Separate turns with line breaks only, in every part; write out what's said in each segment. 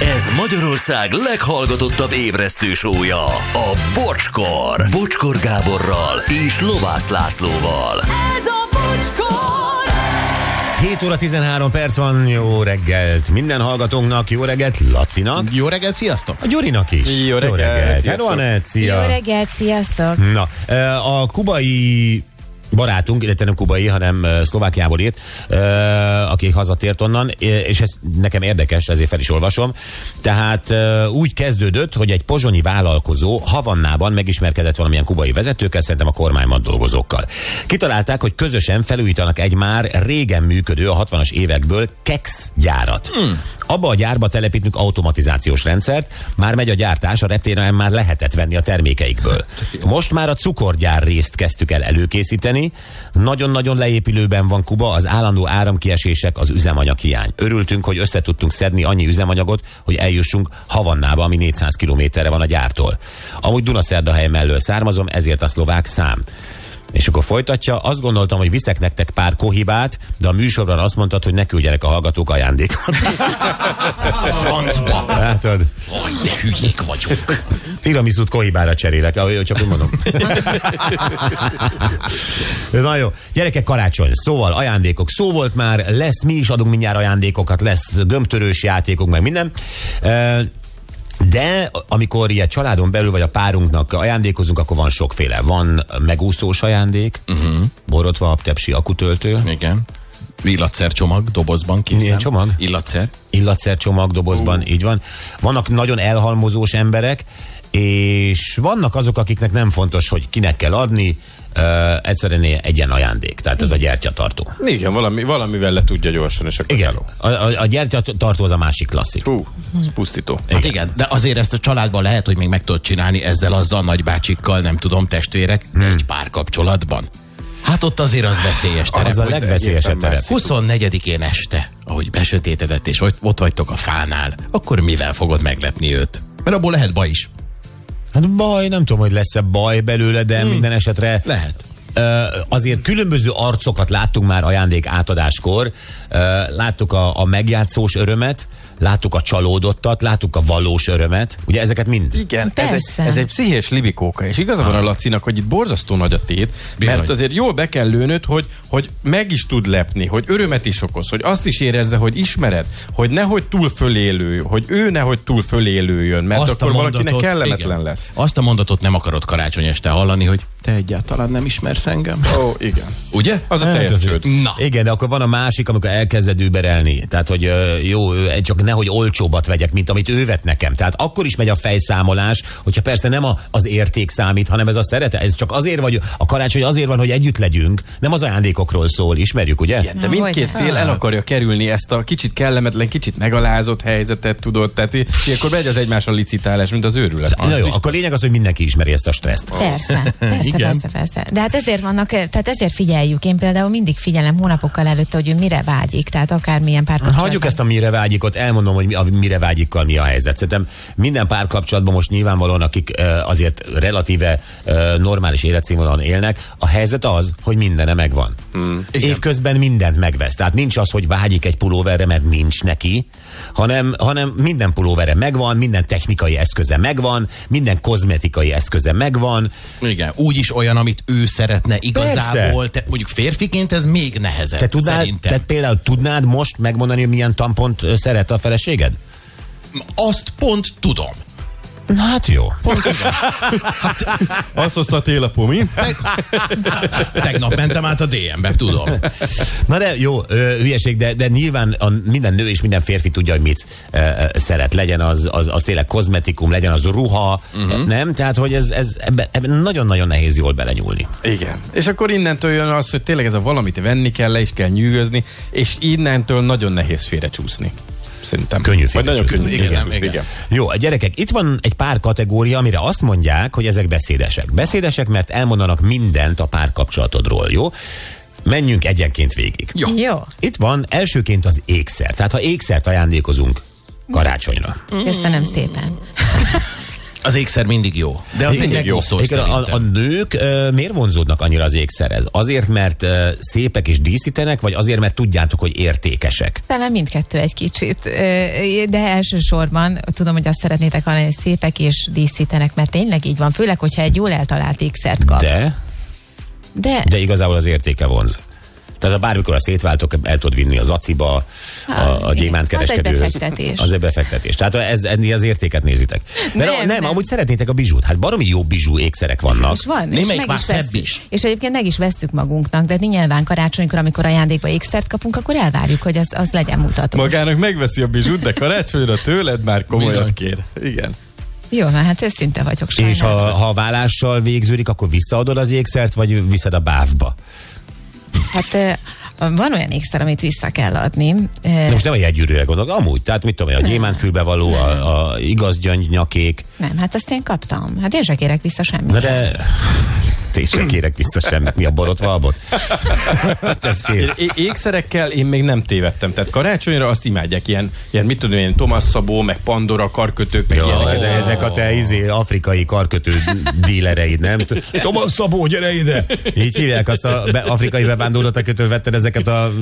Ez Magyarország leghallgatottabb ébresztő sója, a Bocskor. Bocskor Gáborral és Lovász Lászlóval.
Ez a bocskor!
7 óra 13 perc van, jó reggelt minden hallgatónknak, jó reggelt Lacinak,
Jó reggelt, sziasztok!
a Gyurinak is.
Jó reggelt, sziasztok.
Hello, Anett, szia.
Jó reggelt, sziasztok!
Na, ö, a kubai barátunk, illetve nem kubai, hanem ö, Szlovákiából írt, ö, aki hazatért onnan, ö, és ez nekem érdekes, ezért fel is olvasom. Tehát ö, úgy kezdődött, hogy egy pozsonyi vállalkozó Havannában megismerkedett valamilyen kubai vezetőkkel, szerintem a kormányban dolgozókkal. Kitalálták, hogy közösen felújítanak egy már régen működő a 60-as évekből kex gyárat. Hmm. Abba a gyárba telepítünk automatizációs rendszert, már megy a gyártás, a reptéren már lehetett venni a termékeikből. Most már a cukorgyár részt kezdtük el előkészíteni. Nagyon-nagyon leépülőben van Kuba, az állandó áramkiesések, az üzemanyag hiány. Örültünk, hogy össze tudtunk szedni annyi üzemanyagot, hogy eljussunk Havannába, ami 400 kilométerre van a gyártól. Amúgy Dunaszerdahely mellől származom, ezért a szlovák szám. És akkor folytatja, azt gondoltam, hogy viszek nektek pár kohibát, de a műsorban azt mondtad, hogy ne küldjenek a hallgatók ajándékot. Francba! Látod?
Aj, de hülyék vagyunk!
Tiramisút kohibára cserélek, ahogy csak úgy mondom. Na jó, gyerekek karácsony, szóval ajándékok. Szó volt már, lesz, mi is adunk mindjárt ajándékokat, lesz gömbtörős játékok, meg minden. Ö, De amikor ilyen családon belül vagy a párunknak ajándékozunk, akkor van sokféle. Van megúszós ajándék, uh-huh. borotva, tepsi, akutöltő,
Igen. Illatszer csomag, dobozban készen.
Milyen csomag?
Illatszer.
illatszercsomag dobozban, így van. Vannak nagyon elhalmozós emberek, és vannak azok, akiknek nem fontos, hogy kinek kell adni, uh, egyszerűen egyen ajándék, tehát ez a gyertyatartó.
Igen, valami, valamivel le tudja gyorsan, és akkor
Igen,
hello.
a, a, a gyertyatartó az a másik klasszik.
Hú, ez pusztító.
Hát igen, de azért ezt a családban lehet, hogy még meg tudod csinálni ezzel, azzal, nagybácsikkal, nem tudom, testvérek,
Hmm.
de egy párkapcsolatban. Hát ott azért az veszélyes terep.
Az a
hogy
legveszélyesebb
egészen
terep.
más.
24-én este, ahogy besötétedett, és ott- ott vagytok a fánál, akkor mivel fogod meglepni őt? Mert abból lehet baj is.
Hát baj, nem tudom, hogy lesz-e baj belőle, de hmm. minden esetre
Lehet.
Ö, azért különböző arcokat láttunk már ajándék átadáskor. Ö, Láttuk a, a megjátszós örömet, láttuk a csalódottat, láttuk a valós örömet. Ugye ezeket mind?
Igen, ez egy,
Persze.
ez egy pszichés libikóka, és igaza van a Lacinak, hogy itt borzasztó nagy a tét, Bizony. mert azért jól be kell lőnöd, hogy, hogy meg is tud lepni, hogy örömet is okoz, hogy azt is érezze, hogy ismered, hogy nehogy túl fölélő, hogy ő nehogy túl fölélőjön, mert azt Hát akkor valakinek kellemetlen
igen.
lesz.
Azt a mondatot nem akarod karácsony este hallani, hogy te egyáltalán nem ismersz engem.
Ó, oh, igen.
Ugye?
Az a
Hát
teljes
azért-
csőd.
Na,
Igen, de akkor van a másik, amikor elkezded überelni. Tehát, hogy ö, jó, ö, csak nehogy olcsóbbat vegyek, mint amit ő vett nekem. Tehát akkor is megy a fejszámolás, hogyha persze nem a, az érték számít, hanem ez a szerete. Ez csak azért vagy, a karácsony azért van, hogy együtt legyünk. Nem az ajándékokról szól, ismerjük, ugye?
Igen, de
Na,
mindkét
hogyne.
fél el akarja kerülni ezt a kicsit kellemetlen, kicsit megalázott helyzetet, tudod? Tehát i- ilyenkor megy az egymásra licitálás, mint az őrület.
Na jó, akkor lényeg az, hogy mindenki ismeri ezt a stresszt.
Persze, persze, persze, persze. De hát ezért vannak, tehát ezért figyeljük. Én például mindig figyelem hónapokkal előtte, hogy ő mire vágyik, tehát akármilyen párkapcsolatban.
Hagyjuk ezt a mire vágyikot, elmondom, hogy mi- a mire vágyikkal mi a helyzet. Szerintem minden párkapcsolatban most nyilvánvalóan, akik ö, azért relatíve ö, normális életszínvonalon élnek, a helyzet az, hogy mindene megvan. Mm. Évközben mindent megvesz. Tehát nincs az, hogy vágyik egy pulóverre, mert nincs neki, hanem, hanem minden pulóvere megvan, minden technikai eszköze megvan, minden kozmetikai eszköze megvan.
igen, úgy is olyan, amit ő szeretne igazából. Te, mondjuk férfiként ez még nehezebb,
Te tudnál,
szerintem.
te például tudnád most megmondani, hogy milyen tampont ö, szeret a feleséged?
Azt pont tudom.
Na hát jó.
Azt hozta a télapó, mi?
Tegnap mentem át a DM-be, tudom.
Na de jó, ö, hülyeség, de, de nyilván a, minden nő és minden férfi tudja, hogy mit ö, ö, szeret. Legyen az, az, az tényleg kozmetikum, legyen az ruha, uh-huh. nem? Tehát, hogy ez, ez ebben, ebben nagyon-nagyon nehéz jól belenyúlni.
Igen. És akkor innentől jön az, hogy tényleg ez a valamit venni kell, le is kell nyűgözni, és innentől nagyon nehéz félrecsúszni. Szerintem.
Könnyű
Vagy nagyon
félrecsúszni.
könnyű.
Igen,
félrecsúszni,
igen.
Jó, gyerekek, itt van egy pár kategória, amire azt mondják, hogy ezek beszédesek. Beszédesek, mert elmondanak mindent a párkapcsolatodról, jó? Menjünk egyenként végig.
Jó.
Jó,
Itt van elsőként az ékszer. Tehát, ha ékszert ajándékozunk karácsonyra.
köszönöm szépen.
az ékszer mindig jó. De az
Igen,
mindig jó szó.
Igen, a, a nők ö, miért vonzódnak annyira az ékszerhez? Azért, mert ö, szépek és díszítenek, vagy azért, mert tudjátok, hogy értékesek?
Talán mindkettő egy kicsit, ö, de elsősorban tudom, hogy azt szeretnétek hallani, hogy szépek és díszítenek, mert tényleg így van, főleg, hogyha egy jól eltalált ékszert kapsz.
De,
de,
de igazából az értéke vonz. Tehát ha bármikor a szétváltok, el tudod vinni az aciba, a, a
Hát, igen.
gyémánt kereskedőhöz.
Az egy befektetés.
Az egy befektetés. Tehát ez, ez az értéket nézitek. Mert
Nem,
nem, a, nem,
nem.
nem, amúgy szeretnétek a bizsút. Hát baromi jó bizsú ékszerek vannak.
és van, és
Némelyik
meg
már
is
szebb
vesztük.
is.
És egyébként meg is vesztük magunknak, de nyilván karácsonykor, amikor ajándékba ékszert kapunk, akkor elvárjuk, hogy az, az legyen mutató.
Magának megveszi a bizsút, de karácsonyra tőled már komolyat
Bizony.
kér. Igen.
Jó, na, hát őszinte vagyok sajnos.
És ha, ha vállással végződik, akkor visszaadod az ékszert, vagy viszed a bávba?
Hát ö, van olyan ékszer, amit vissza kell adni. Ö,
De most nem a jegygyűrűre gondolok, amúgy, tehát mit tudom én, a gyémántfülbe való, a, a igaz gyöngy nyakék,
Nem, hát azt én kaptam. Hát én se kérek vissza semmit.
na de hát én sem kérek vissza semmit, mi a borotva abot? Hát ez kész.
É- ékszerekkel én még nem tévedtem. Tehát karácsonyra azt imádják, ilyen, ilyen mit tudom, én, Thomas Szabó, meg Pandora, karkötők, meg
Ja,
ilyenek.
ezek, ezek a te izé, afrikai karkötő dílereid, nem? Tomasz Szabó, gyere ide! Így hívják azt a be, afrikai bevándorlót, akitől vetted ezeket a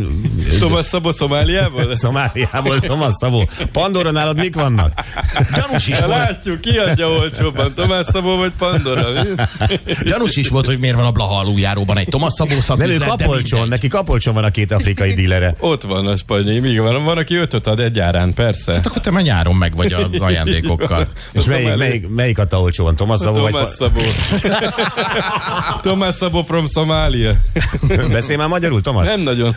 Thomas Szabó Szomáliából?
Szomáliából, Tomasz Szabó. Pandora nálad mik vannak?
Gyanús is, volt,
Hát Látjuk, kiadja olcsóbban. Tomás Szabó vagy Pandora. mi?
gyanús is volt, hogy miért van a Blaha aluljáróban egy Thomas Szabó
Nem, ő
szaküzlet, de
kapolcson,
mindegy.
neki kapolcson van a két afrikai dílere.
Ott van a spanyol, még van, van, aki ötöt ad egyárán, persze.
Hát akkor te már nyáron meg vagy az ajándékokkal.
És
A
melyik,
szomáli.
melyik, melyik a olcsóan? Tomasz Szabó vagy?
Tomás Szabó. Tomás Szabó from Somália.
Beszél már magyarul, Tomasz?
Nem nagyon.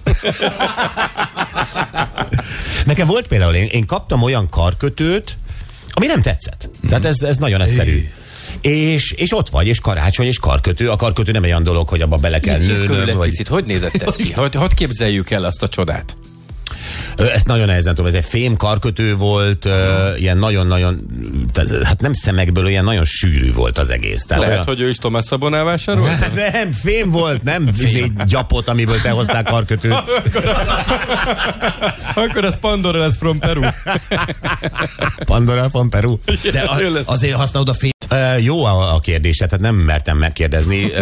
Nekem volt például, én, én kaptam olyan karkötőt, ami nem tetszett. Tehát ez, ez nagyon egyszerű. És, és ott vagy, és karácsony, és karkötő. A karkötő nem egy olyan dolog, hogy abba bele kell nőnöm. Vagy,
hogy nézett ez ki? Hogy, hogy képzeljük el azt a csodát?
Ö, ezt nagyon nehezen tudom, ez egy fém karkötő volt, ö, ilyen nagyon-nagyon, tehát, hát nem szemekből, ilyen nagyon sűrű volt az egész. Tehát
Lehet,
olyan, Hát
hogy ő is Tomás Szabonál vásárolt?
Nem, fém volt, nem izé, gyapot, amiből te hoztál karkötőt.
Akkor az Pandora lesz from Peru.
Pandora von Peru.
De
Ő
a,
lesz.
azért használod a fény.
Ö, jó a, a kérdése, tehát nem mertem megkérdezni, ö,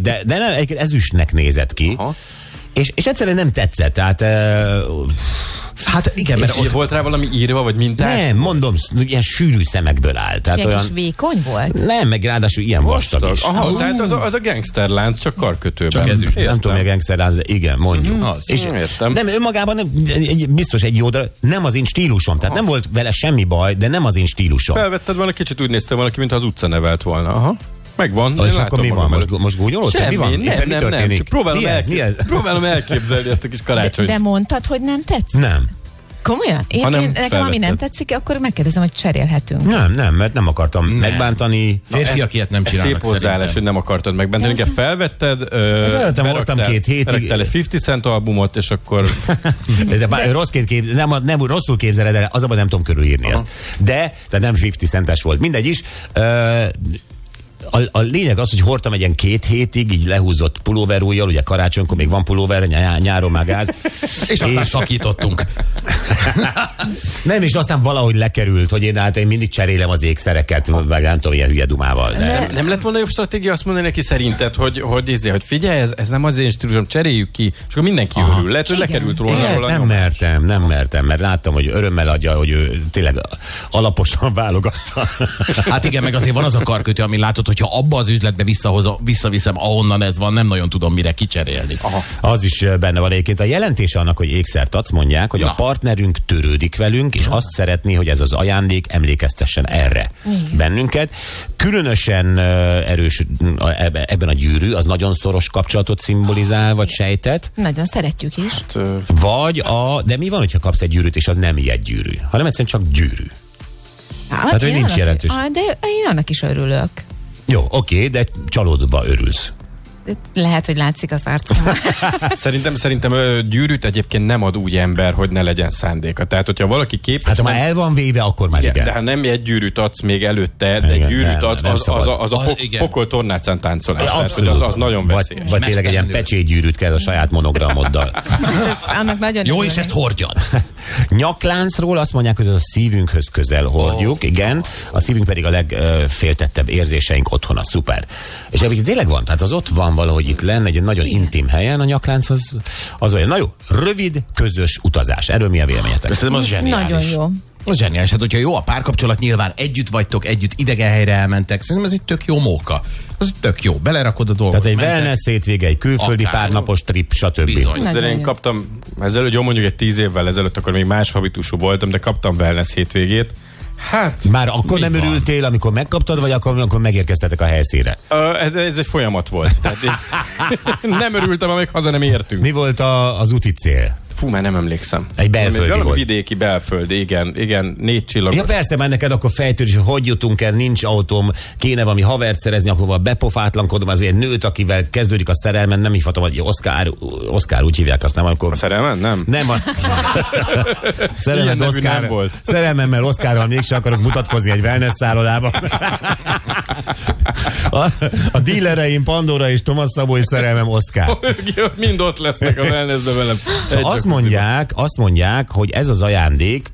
de, de nem, egyébként ezüstnek nézett ki.
Aha.
És, és egyszerűen nem tetszett, tehát ö,
Hát igen,
És
mert ott
volt rá valami írva, vagy mintás?
nem, mondom, ilyen sűrű szemekből áll. Tehát
Ilyen kis
olyan,
vékony volt.
nem, meg ráadásul ilyen vastag,
Vastag.
is.
Aha, tehát az a, az a gangster lánc, csak karkötőben.
Csak ezüstben.
Nem
Értem.
tudom, hogy a gangster Lánz- igen, mondjuk.
az.
És
Értem.
Nem, önmagában nem, egy, biztos egy jó, darab, nem az én stílusom. Tehát nem volt vele semmi baj, de nem az én stílusom.
Felvetted volna, kicsit úgy néztem valaki, mintha az utca nevelt volna. Aha. Megvan. én
Ö, És
látom
akkor mi van?
magam
Most,
előtt.
most gúnyolódsz?
Semmi,
mi van?
nem,
Éppen mi
nem, nem.
történik?
Csak próbálom,
mi ez? Mi ez?
elképzelni, próbálom elképzelni ezt a kis
De,
karácsonyt.
de mondtad, hogy nem tetsz?
Nem.
Komolyan? Én,
Ha nem
én, nekem ami nem
felvetted.
tetszik, akkor megkérdezem, hogy cserélhetünk.
Nem, nem, mert nem akartam megbántani.
férfiak ilyet nem
Ez szép
csinálnak
hozzáállás,
szerintem.
hogy nem akartad megbenteni.
De
Igen, felvetted, ö,
előttem voltam
beraktál-
két hétig.
beraktál egy 50 Cent albumot, és akkor
De, bár, rossz két kép, nem, nem, rosszul képzeled el, az abban nem tudom körülírni ezt. De, de nem 50 centes volt. Mindegy is. Ö, a, a, lényeg az, hogy hordtam egy ilyen két hétig, így lehúzott pulóverújjal, ugye karácsonykor még van pulóver, nyá, nyáron már gáz.
És aztán szakítottunk.
Nem, és aztán valahogy lekerült, hogy én hát én mindig cserélem az ékszereket, vagy nem tudom, ilyen hülye dumával. De.
nem, nem lett volna jobb stratégia azt mondani neki szerinted, hogy, hogy, izé, hogy figyelj, ez, ez nem az én stílusom, cseréljük ki, és akkor mindenki örül. Lehet, hogy
Igen.
lekerült róla,
Nem,
róla
nem
nyomás.
mertem, nem mertem, mert láttam, hogy örömmel adja, hogy ő tényleg alaposan válogatta.
Hát igen, meg azért van az a karkötő, ami látod, hogyha abba az üzletbe visszahozom, visszaviszem, ahonnan ez van, nem nagyon tudom mire kicserélni. Aha.
Az is eh, benne van egyébként. A jelentése annak, hogy ékszert adsz, mondják, hogy Na.
Na.
a partnerünk törődik velünk, és azt szeretné, hogy ez az ajándék emlékeztessen erre Igen. bennünket. Különösen eh, erős mm, a- ebbe- ebben a gyűrű, az nagyon szoros kapcsolatot szimbolizál, vagy sejtet.
Nagyon szeretjük is.
Vagy a... De mi van, hogyha kapsz egy gyűrűt, és az nem ilyen gyűrű, hanem egyszerűen csak gyűrű.
Hát,
hogy
én
nincs
annak-
jelentős.
Ah, De én annak is örülök.
Jó, oké, de csalódva örülsz.
Lehet, hogy látszik az arcom.
Szerintem, szerintem ö, gyűrűt egyébként nem ad úgy ember, hogy ne legyen szándéka. Tehát, hogyha valaki képes...
Hát ha
nem-
már el van véve, akkor már igen.
Igen. De hát nem egy gyűrűt adsz még előtte, de
Igen,
egy gyűrűt
nem,
adsz,
nem
az, az,
szabad.
a- az a
Az
pok-
igen.
pokol tornácán táncolás. Tehát, hogy
Abszolút.
az, az nagyon veszélyes.
Vagy, vagy tényleg egy ilyen
Mesztelenül.
pecsétgyűrűt kell a saját monogramoddal.
annak nagyon
Jó,
örülök.
és ezt hordjad.
Nyakláncról azt mondják, hogy ez a szívünkhöz közel hordjuk, oh. igen, a szívünk pedig a legféltettebb érzéseink otthon, a szuper. És egyébként tényleg van, tehát az ott van valahogy itt lenne, egy nagyon igen. intim helyen a nyaklánc az, az olyan. Na jó, rövid, közös utazás. Erről mi a véleményetek?
De szerintem az zseniális.
Nagyon jó.
Az zseniális. Hát, hogyha jó a párkapcsolat, nyilván együtt vagytok, együtt idegen helyre elmentek. Szerintem ez egy tök jó móka. Ez tök jó. Belerakod a dolgot.
Tehát egy wellness hétvége, egy külföldi
Akár.
párnapos trip, stb.
Bizony.
De
Nagyon
én
jó.
kaptam, ezelőtt, jó mondjuk egy tíz évvel ezelőtt, akkor még más habitusú voltam, de kaptam wellness hétvégét. Hát,
Már akkor
Mi
nem
van?
örültél, amikor megkaptad, vagy akkor, amikor megérkeztetek a helyszínre?
ö, ez, ez egy folyamat volt. Tehát én nem örültem, amíg haza nem értünk.
Mi volt a, az úti cél?
Fú, már nem emlékszem.
Egy belföldi
valami, valami
volt.
vidéki belföldi, igen, igen, négy csillagos.
Ja persze, már neked akkor fejtőd, hogy hogy jutunk el, nincs autóm, kéne valami havert szerezni, akkor van bepofátlankodom, azért nőt, akivel kezdődik a szerelmen, nem hívhatom, hogy Oszkár, Oszkár úgy hívják azt, nem, amikor...
A szerelmen, nem?
Nem, a... szerelmen
Ilyen nevű
Oszkár,
nem volt.
Szerelmemmel Oszkárral mégsem akarok mutatkozni egy wellness szállodában. A, a dílereim Pandora és Tomasz Szabó és szerelmem Oszkár.
Ők Mind ott lesznek a wellnessbe velem. Egy
Szóval azt
csak-
mondják, azt mondják, hogy ez az ajándék,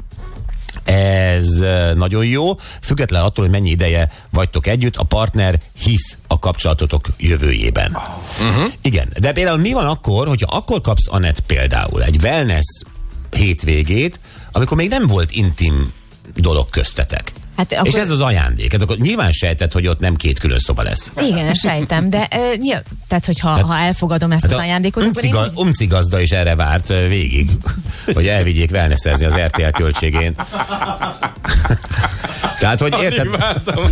ez eh, nagyon jó, független attól, hogy mennyi ideje vagytok együtt, a partner hisz a kapcsolatotok jövőjében. Uh-huh. Igen, de például mi van akkor, hogyha akkor kapsz Anett például egy wellness hétvégét, amikor még nem volt intim dolog köztetek.
Hát
Akkor...
akkor-
És ez az ajándék. Hát akkor nyilván sejtett, hogy ott nem két külön szoba lesz.
Igen, sejtem, de e, nyilv, tehát, hogyha ha elfogadom ezt az ajándékot, akkor én
Hát Umciga,
úgy-
umcigazda is erre várt ö, végig, hogy elvigyék wellnessezni az RTL költségén. Tehát, hogy érted,
Imádtam.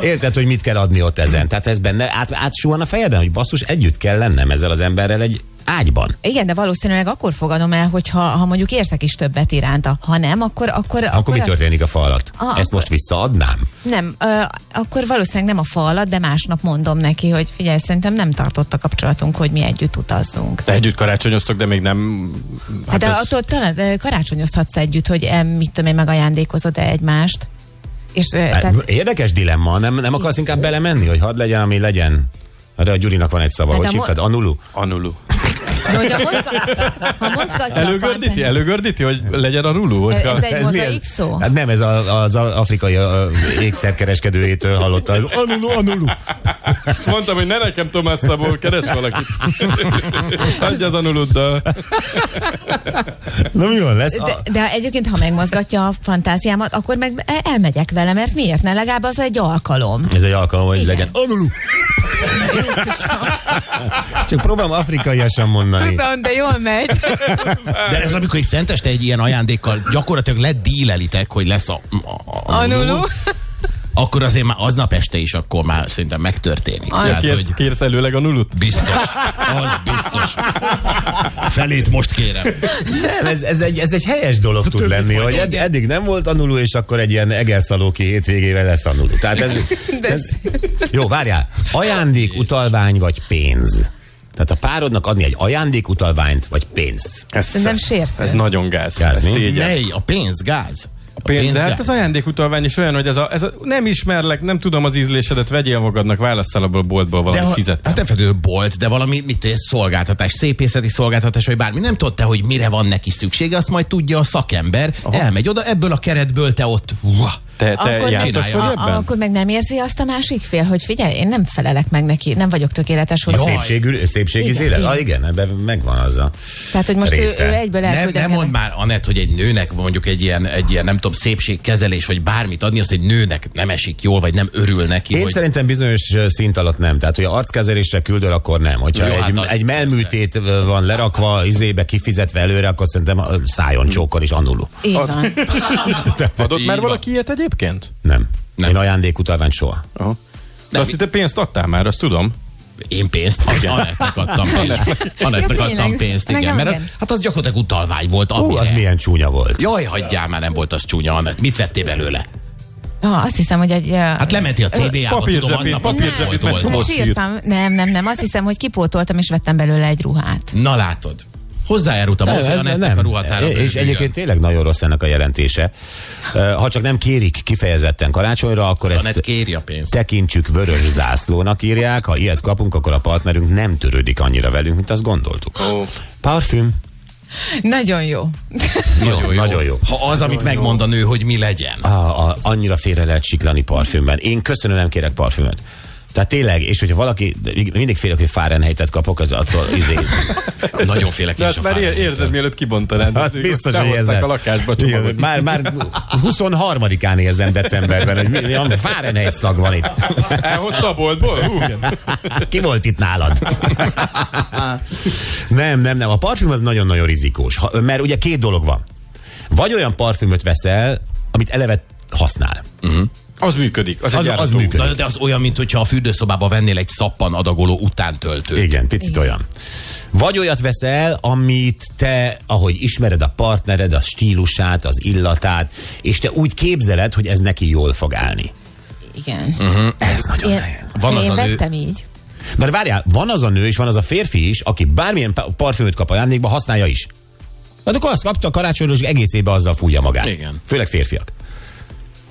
érted, hogy mit kell adni ott ezen. Tehát ez benne át, átsuhan a fejeden, hogy basszus, együtt kell lennem ezzel az emberrel egy ágyban.
igen, de valószínűleg akkor fogadom el, hogyha ha mondjuk érzek is többet iránta. Ha nem, akkor... Akkor,
Akkor mi
azt-
történik a fa alatt?
Ah,
Ezt
akkor-
most visszaadnám?
Nem, ö, akkor valószínűleg nem a fa alatt, de másnap mondom neki, hogy figyelj, szerintem nem tartott a kapcsolatunk, hogy mi együtt utazzunk.
Te együtt karácsonyoztok, de még nem...
Hát de
ez-
attól talán ö, karácsonyozhatsz együtt, hogy em, mit tudom én, megajándékozod-e egymást. És, ö, tehát,
Hát, Érdekes dilemma, nem, nem akarsz inkább belemenni, hogy hadd legyen, ami legyen? Arra a Gyurinak van egy szava,
Hát
hogy
a mo-
hívtad? Anulu?
Anulu.
de hogyha mozgat, ha mozgatja a
Előgördíti,
fantázia-
előgördíti, hogy legyen a rulú?
Ez-
hogyha-
ez egy mozaik
milyen-
szó?
Hát nem, ez a, az a- afrikai a, a ékszerkereskedőjétől hallotta. Anulu, anulu.
Mondtam, hogy ne nekem Tomás Szabó, keres valakit. Adj az anuluddal.
Na mi van, lesz? A,
De, de egyébként, ha megmozgatja a fantáziámat, akkor meg el- elmegyek vele, mert miért ne? Legalább az egy alkalom.
ez egy alkalom, hogy
Igen.
legyen anulu. Csak próbálom afrikaiasan mondani.
de jól megy.
De ez amikor egy szenteste egy ilyen ajándékkal gyakorlatilag ledílelitek, hogy lesz a, a, a
Anulu.
akkor azért már aznap este is akkor már szerintem megtörténik. Tehát,
Kérsz,
hogy
kérsz előleg a nulut?
biztos. Az biztos. Felét most kérem.
Nem, ez, ez, egy, ez egy helyes dolog tud lenni, hogy ed, eddig nem volt anulu, és akkor egy ilyen egerszalóki hétvégével lesz anulu. Tehát ez, ez, jó, várjál. Ajándék, utalvány vagy pénz? Tehát a párodnak adni egy ajándékutalványt, vagy pénzt.
Ez,
Szerintem sértő.
Ez nagyon gáz.
Gáz,
ez
mi?
szégyen.
Mely? A pénz, gáz? A
Pénz, de hát az ajándékutalvány is olyan, hogy ez a, ez a, nem ismerlek, nem tudom az ízlésedet, vegyél magadnak, válasszál abból a boltból
de
valamit
ha,
fizet.
hát nem fedő bolt, de valami mit tudja, szolgáltatás, szépészeti szolgáltatás, vagy bármi. Nem tudod te, hogy mire van neki szüksége, azt majd tudja a szakember. Aha. Elmegy oda, ebből a keretből te ott. Uah.
Te, te
Akkor,
jártas
meg,
vagy
a, a,
ebben?
akkor meg nem érzi azt a másik fél, hogy figyelj, én nem felelek meg neki, nem vagyok tökéletes
A
hozzá.
szépségű, szépségi
Igen,
zélet?
igen.
Ah, igen, ebben megvan az a
Tehát, hogy most ő,
része.
ő egyből
Nem,
elküldött.
nem mond már, Anett, hogy egy nőnek mondjuk egy ilyen, egy ilyen, nem tudom, szépségkezelés, vagy bármit adni, azt egy nőnek nem esik jól, vagy nem örül neki.
Én
hogy...
szerintem bizonyos ö, szint alatt nem. Tehát, hogy arckezelésre küldöl, akkor nem. Hogyha
Jó,
egy,
hát az
egy
persze.
melműtét ö, van lerakva, izébe kifizetve előre, akkor szerintem ö, szájon csókol is annuló.
Így van.
Adott
Így
már
van.
valaki ilyet egyébként?
Nem. nem.
Nem.
Én ajándékutalványt soha.
Aha. De azt hittem pénzt adtál már, azt tudom.
Én pénzt? Anettnek adtam pénzt. Anettnek
Ja,
adtam
tényleg.
pénzt, igen.
Nekem
Mert
igen.
hát az gyakorlatilag utalvány volt,
Hú, az
amire.
milyen csúnya volt.
Jaj, hagyjál már, nem volt az csúnya, Anett. Mit vettél belőle?
Ah, azt hiszem, hogy egy...
Hát lementél a CBA-ba,
Papír
tudom,
zsebét-
aznap
papír
ott
zsebét
volt.
megcsomagoltad.
nem
Ott sírt.
sírtam. Nem, nem, nem. Azt hiszem, hogy kipótoltam, és vettem belőle egy ruhát.
Na látod. Hozzájárultam ahhoz, hogy Anettnek a ruhatára
és
bővüljön.
egyébként tényleg nagyon rossz ennek a jelentése. Ö, Ha csak nem kérik kifejezetten karácsonyra, akkor ezt
Anett kéri a pénzt.
tekintsük vörös zászlónak írják. Ha ilyet kapunk, akkor a partnerünk nem törődik annyira velünk, mint azt gondoltuk.
Ó.
Parfüm.
Nagyon jó.
Nagyon jó.
nagyon jó.
Ha az, amit megmond a nő, hogy mi legyen.
a, a, annyira félre lehet siklani parfümben. Én köszönöm, nem kérek parfümöt. Tehát tényleg, és hogyha valaki, mindig félek, hogy Fahrenheitet kapok, az attól izé.
Nagyon félek én
De
is
hát
a
már ér-
Fahrenheit-től.
érzed, mielőtt kibontanád.
Hát biztos, hogy
érzed.
érzem.
a lakásba csomagot.
Igen, Már, már 23-án érzem decemberben, hogy mi- olyan Fahrenheit szag van itt.
Elhozta a boltból? Hú, igen.
Ki volt itt nálad? nem, nem, nem. A parfüm az nagyon-nagyon rizikós. Ha, mert ugye két dolog van. Vagy olyan parfümöt veszel, amit eleve használ.
Az működik. Az,
Az,
egy
az
járató út.
működik.
Na, de az olyan, mint hogyha a fürdőszobába vennél egy szappan adagoló utántöltőt.
Igen, picit olyan. Vagy olyat veszel, amit te, ahogy ismered a partnered, a stílusát, az illatát, és te úgy képzeled, hogy ez neki jól fog állni.
Igen.
Mhm.
Uh-huh.
Ez nagyon
Én,
nehéz.
Van az
én
a nő-
vettem így.
Mert várjál, van az a nő és van az a férfi is, aki bármilyen pa- parfümöt kap ajándékba, használja is. Hát akkor azt kapta a karácsonyra, és egész évben azzal fújja magát.
Igen.
Főleg férfiak.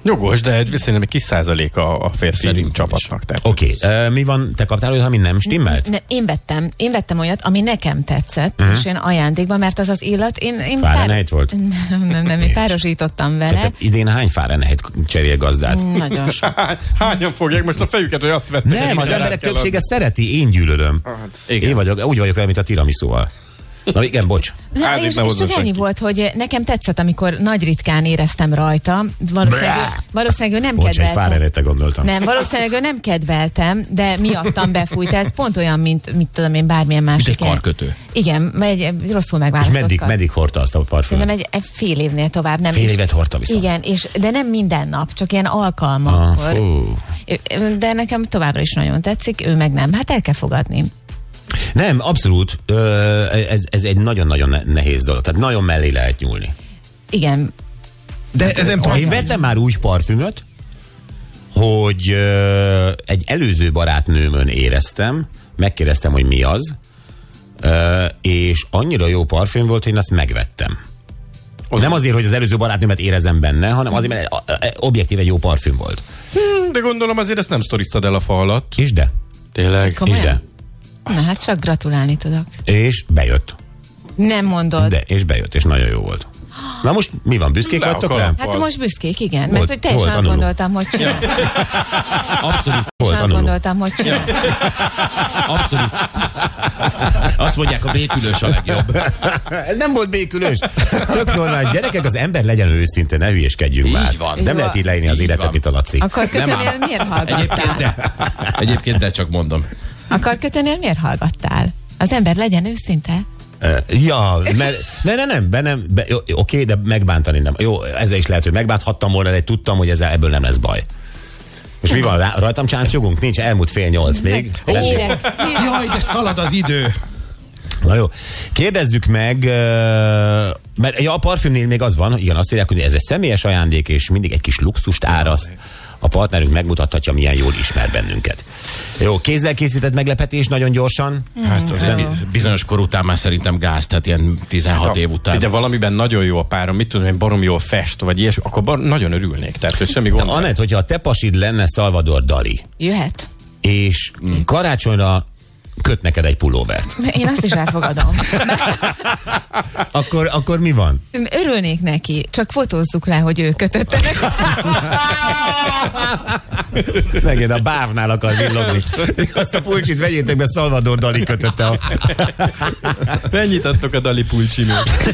Jogos, de egy, szerintem egy kis százalék a, a férfi
Szerintem
Szerintem
is.
csapatnak. Tehát.
Oké, okay. mi van, te kaptál olyat, ami nem stimmelt?
Ne, én vettem, én vettem olyat, ami nekem tetszett,
Mhm.
uh-huh. és én ajándékba, mert az az illat, én, én
Fahrenheit volt?
Nem, nem, nem, én párosítottam vele.
Te idén hány fárenheit cserél gazdát?
Nagyon sok.
Há- Hányan fogják most a fejüket, hogy azt vettem?
Nem, az emberek többsége szereti, én gyűlölöm.
Ah, hát igen.
Én vagyok, úgy vagyok vele, mint a tiramisu-val. Na igen, bocs.
Na,
Házit
és,
ne
és
hozzon
csak ennyi
senki.
volt, hogy eh, nekem tetszett, amikor nagy ritkán éreztem rajta. Valószínűleg,
Bleh!
valószínűleg ő nem
Bocs, egy
kedvelte.
fárenhetre gondoltam.
Nem, valószínűleg ő nem kedveltem, de miattam befújt. Ez pont olyan, mint mit tudom én, bármilyen más.
egy karkötő.
Igen, mert egy rosszul
És
megválasztott
meddig,
kar.
meddig hordta azt a
hát Szerintem
parfümöt?
egy, egy fél évnél tovább. Nem
Fél
is.
évet hordta viszont.
Igen, és, de nem minden nap, csak ilyen
Ah,
alkalmakkor.
fú.
de nekem továbbra is nagyon tetszik, ő meg nem. Hát el kell fogadni.
Nem, abszolút. Ö, ez, ez egy nagyon-nagyon ne- nehéz dolog. Tehát nagyon mellé lehet nyúlni.
Igen,
De, de nem tudom,
Én vettem már úgy parfümöt, hogy ö, egy előző barátnőmön éreztem, megkérdeztem, hogy mi az, ö, és annyira jó parfüm volt, hogy én azt megvettem. Nem azért, hogy az előző barátnőmet érezem benne, hanem azért, mert ö, ö, objektíve jó parfüm volt.
De gondolom azért ezt nem sztoriztad el a fa alatt.
És de?
Tényleg.
És
komolyan.
de?
Na hát csak gratulálni tudok.
És bejött.
Nem mondod.
De, és bejött, és nagyon jó volt. Na most mi van, büszkék
Le a
vagytok rá?
kalap.
Hát most büszkék, igen,
Volt-
mert hogy teljesen
volt
azt
tanuló.
gondoltam, hogy csinál.
abszolút,
Volt
Teljesen azt
tanuló.
gondoltam, hogy csinál.
abszolút. Azt mondják, a békülős a legjobb.
Ez nem volt békülős. Tök normális. Gyerekek, az ember legyen őszinte, ne hülyéskedjünk
Így
már.
van.
Nem
Így
lehet
van.
így leírni az
Így
életet,
van.
itt a Laci.
A karkötőnél miért
Egyébként
hallgattál?
de, egyébként de csak mondom.
A karkötőnél miért hallgattál? Az ember legyen őszinte.
Ö, Ja, mert, ne, ne, nem, be nem, be, jó, oké, de megbántani nem. Jó, ezzel is lehet, hogy megbánthattam volna, de tudtam, hogy ezzel, ebből nem lesz baj. És mi van, rá, rajtam csámcsogunk? Nincs, elmúlt fél nyolc még.
Érek.
Jaj, de szalad az idő.
Na jó, kérdezzük meg, ö, mert ja, a parfümnél még az van, igen, azt írják, hogy ez egy személyes ajándék, és mindig egy kis luxust áraszt. A partnerünk megmutathatja, milyen jól ismer bennünket. Jó, kézzel készített meglepetés nagyon gyorsan.
Hát az bi- bizonyos kor után már szerintem gáz, tehát ilyen 16 év után.
Ugye valamiben nagyon jó a párom, mit tudom, én barom jól fest, vagy ilyesmi, akkor bar- nagyon örülnék, tehát hogy semmi gond.
De Anett, hogyha a te pasid lenne Salvador Dali,
Jöhet.
és
Mm.
karácsonyra köt neked egy pulóvert,
Én azt is elfogadom.
akkor, akkor mi van?
Örülnék neki, csak fotózzuk rá, hogy ő kötötte.
Megint a bávnál akar villogni. Azt a pulcsit vegyétek be, Salvador Dali kötötte a
Mennyit adtok a Dali pulcsimért?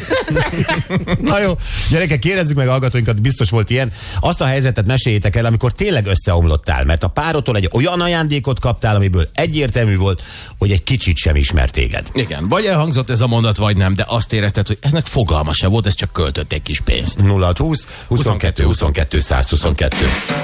Na jó, gyerekek, kérdezzük meg a hallgatóinkat, biztos volt ilyen. Azt a helyzetet meséljétek el, amikor tényleg összeomlottál, mert a párotól egy olyan ajándékot kaptál, amiből egyértelmű volt, hogy egy kicsit sem ismer téged.
Igen, vagy elhangzott ez a mondat, vagy nem, de azt érezted, hogy ennek fogalma se volt, ez csak költött egy kis pénzt.
0620 22 22 122.